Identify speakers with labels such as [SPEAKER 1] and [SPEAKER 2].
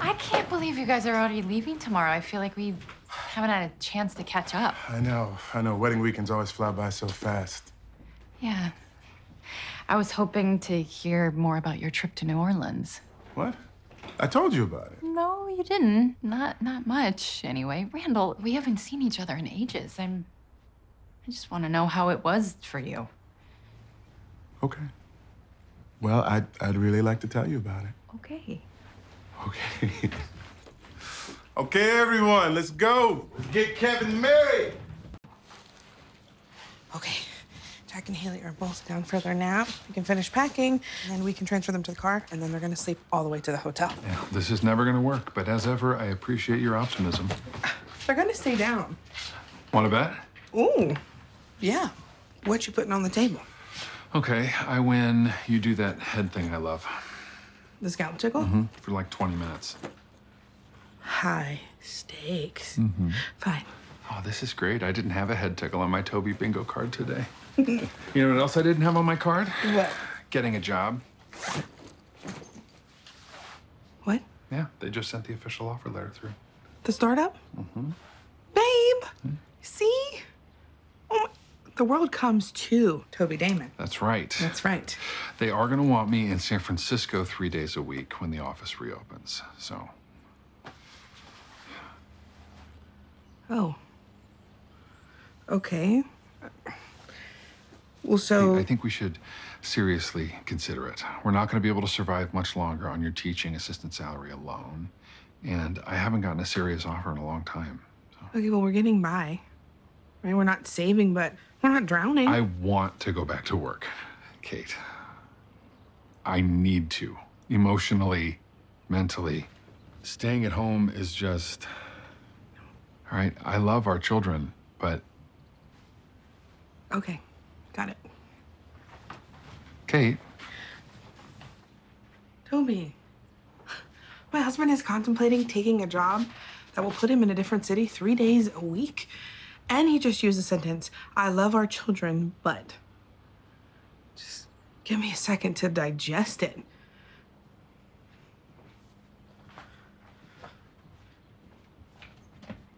[SPEAKER 1] I can't believe you guys are already leaving tomorrow. I feel like we haven't had a chance to catch up.
[SPEAKER 2] I know, I know. Wedding weekends always fly by so fast.
[SPEAKER 1] Yeah. I was hoping to hear more about your trip to New Orleans.
[SPEAKER 2] What? I told you about it.
[SPEAKER 1] No, you didn't. Not not much anyway. Randall, we haven't seen each other in ages. I'm I just want to know how it was for you.
[SPEAKER 2] Okay. Well, I'd, I'd really like to tell you about it.
[SPEAKER 1] Okay.
[SPEAKER 2] Okay. okay, everyone, let's go. Get Kevin married.
[SPEAKER 3] Okay. Jack and Haley are both down for their nap. We can finish packing, and then we can transfer them to the car, and then they're gonna sleep all the way to the hotel.
[SPEAKER 4] Yeah, this is never going to work, but as ever, I appreciate your optimism.
[SPEAKER 3] They're gonna stay down.
[SPEAKER 4] Want to bet?
[SPEAKER 3] Ooh. Yeah. What you putting on the table?
[SPEAKER 4] Okay, I win. You do that head thing I love
[SPEAKER 3] The scalp tickle?
[SPEAKER 4] for like 20 minutes.
[SPEAKER 3] High stakes. Fine.
[SPEAKER 4] Oh, this is great. I didn't have a head tickle on my Toby bingo card today. you know what else I didn't have on my card?
[SPEAKER 3] What?
[SPEAKER 4] Getting a job.
[SPEAKER 3] What?
[SPEAKER 4] Yeah, they just sent the official offer letter through.
[SPEAKER 3] The startup? Babe! See? Oh my. The world comes to Toby Damon.
[SPEAKER 4] That's right.
[SPEAKER 3] That's right.
[SPEAKER 4] They are going to want me in San Francisco three days a week when the office reopens. So,
[SPEAKER 3] Oh. Okay. Well, so.
[SPEAKER 4] I think we should seriously consider it. We're not going to be able to survive much longer on your teaching assistant salary alone. And I haven't gotten a serious offer in a long time.
[SPEAKER 3] Okay, well, we're getting by. Right? We're not saving, but we're not drowning.
[SPEAKER 4] I want to go back to work, Kate. I need to, emotionally, mentally. Staying at home is just. All right, I love our children, but
[SPEAKER 3] Okay, got it.
[SPEAKER 4] Kate,
[SPEAKER 3] Toby, my husband is contemplating taking a job that will put him in a different city three days a week. And he just used the sentence, I love our children, but. Just give me a second to digest it.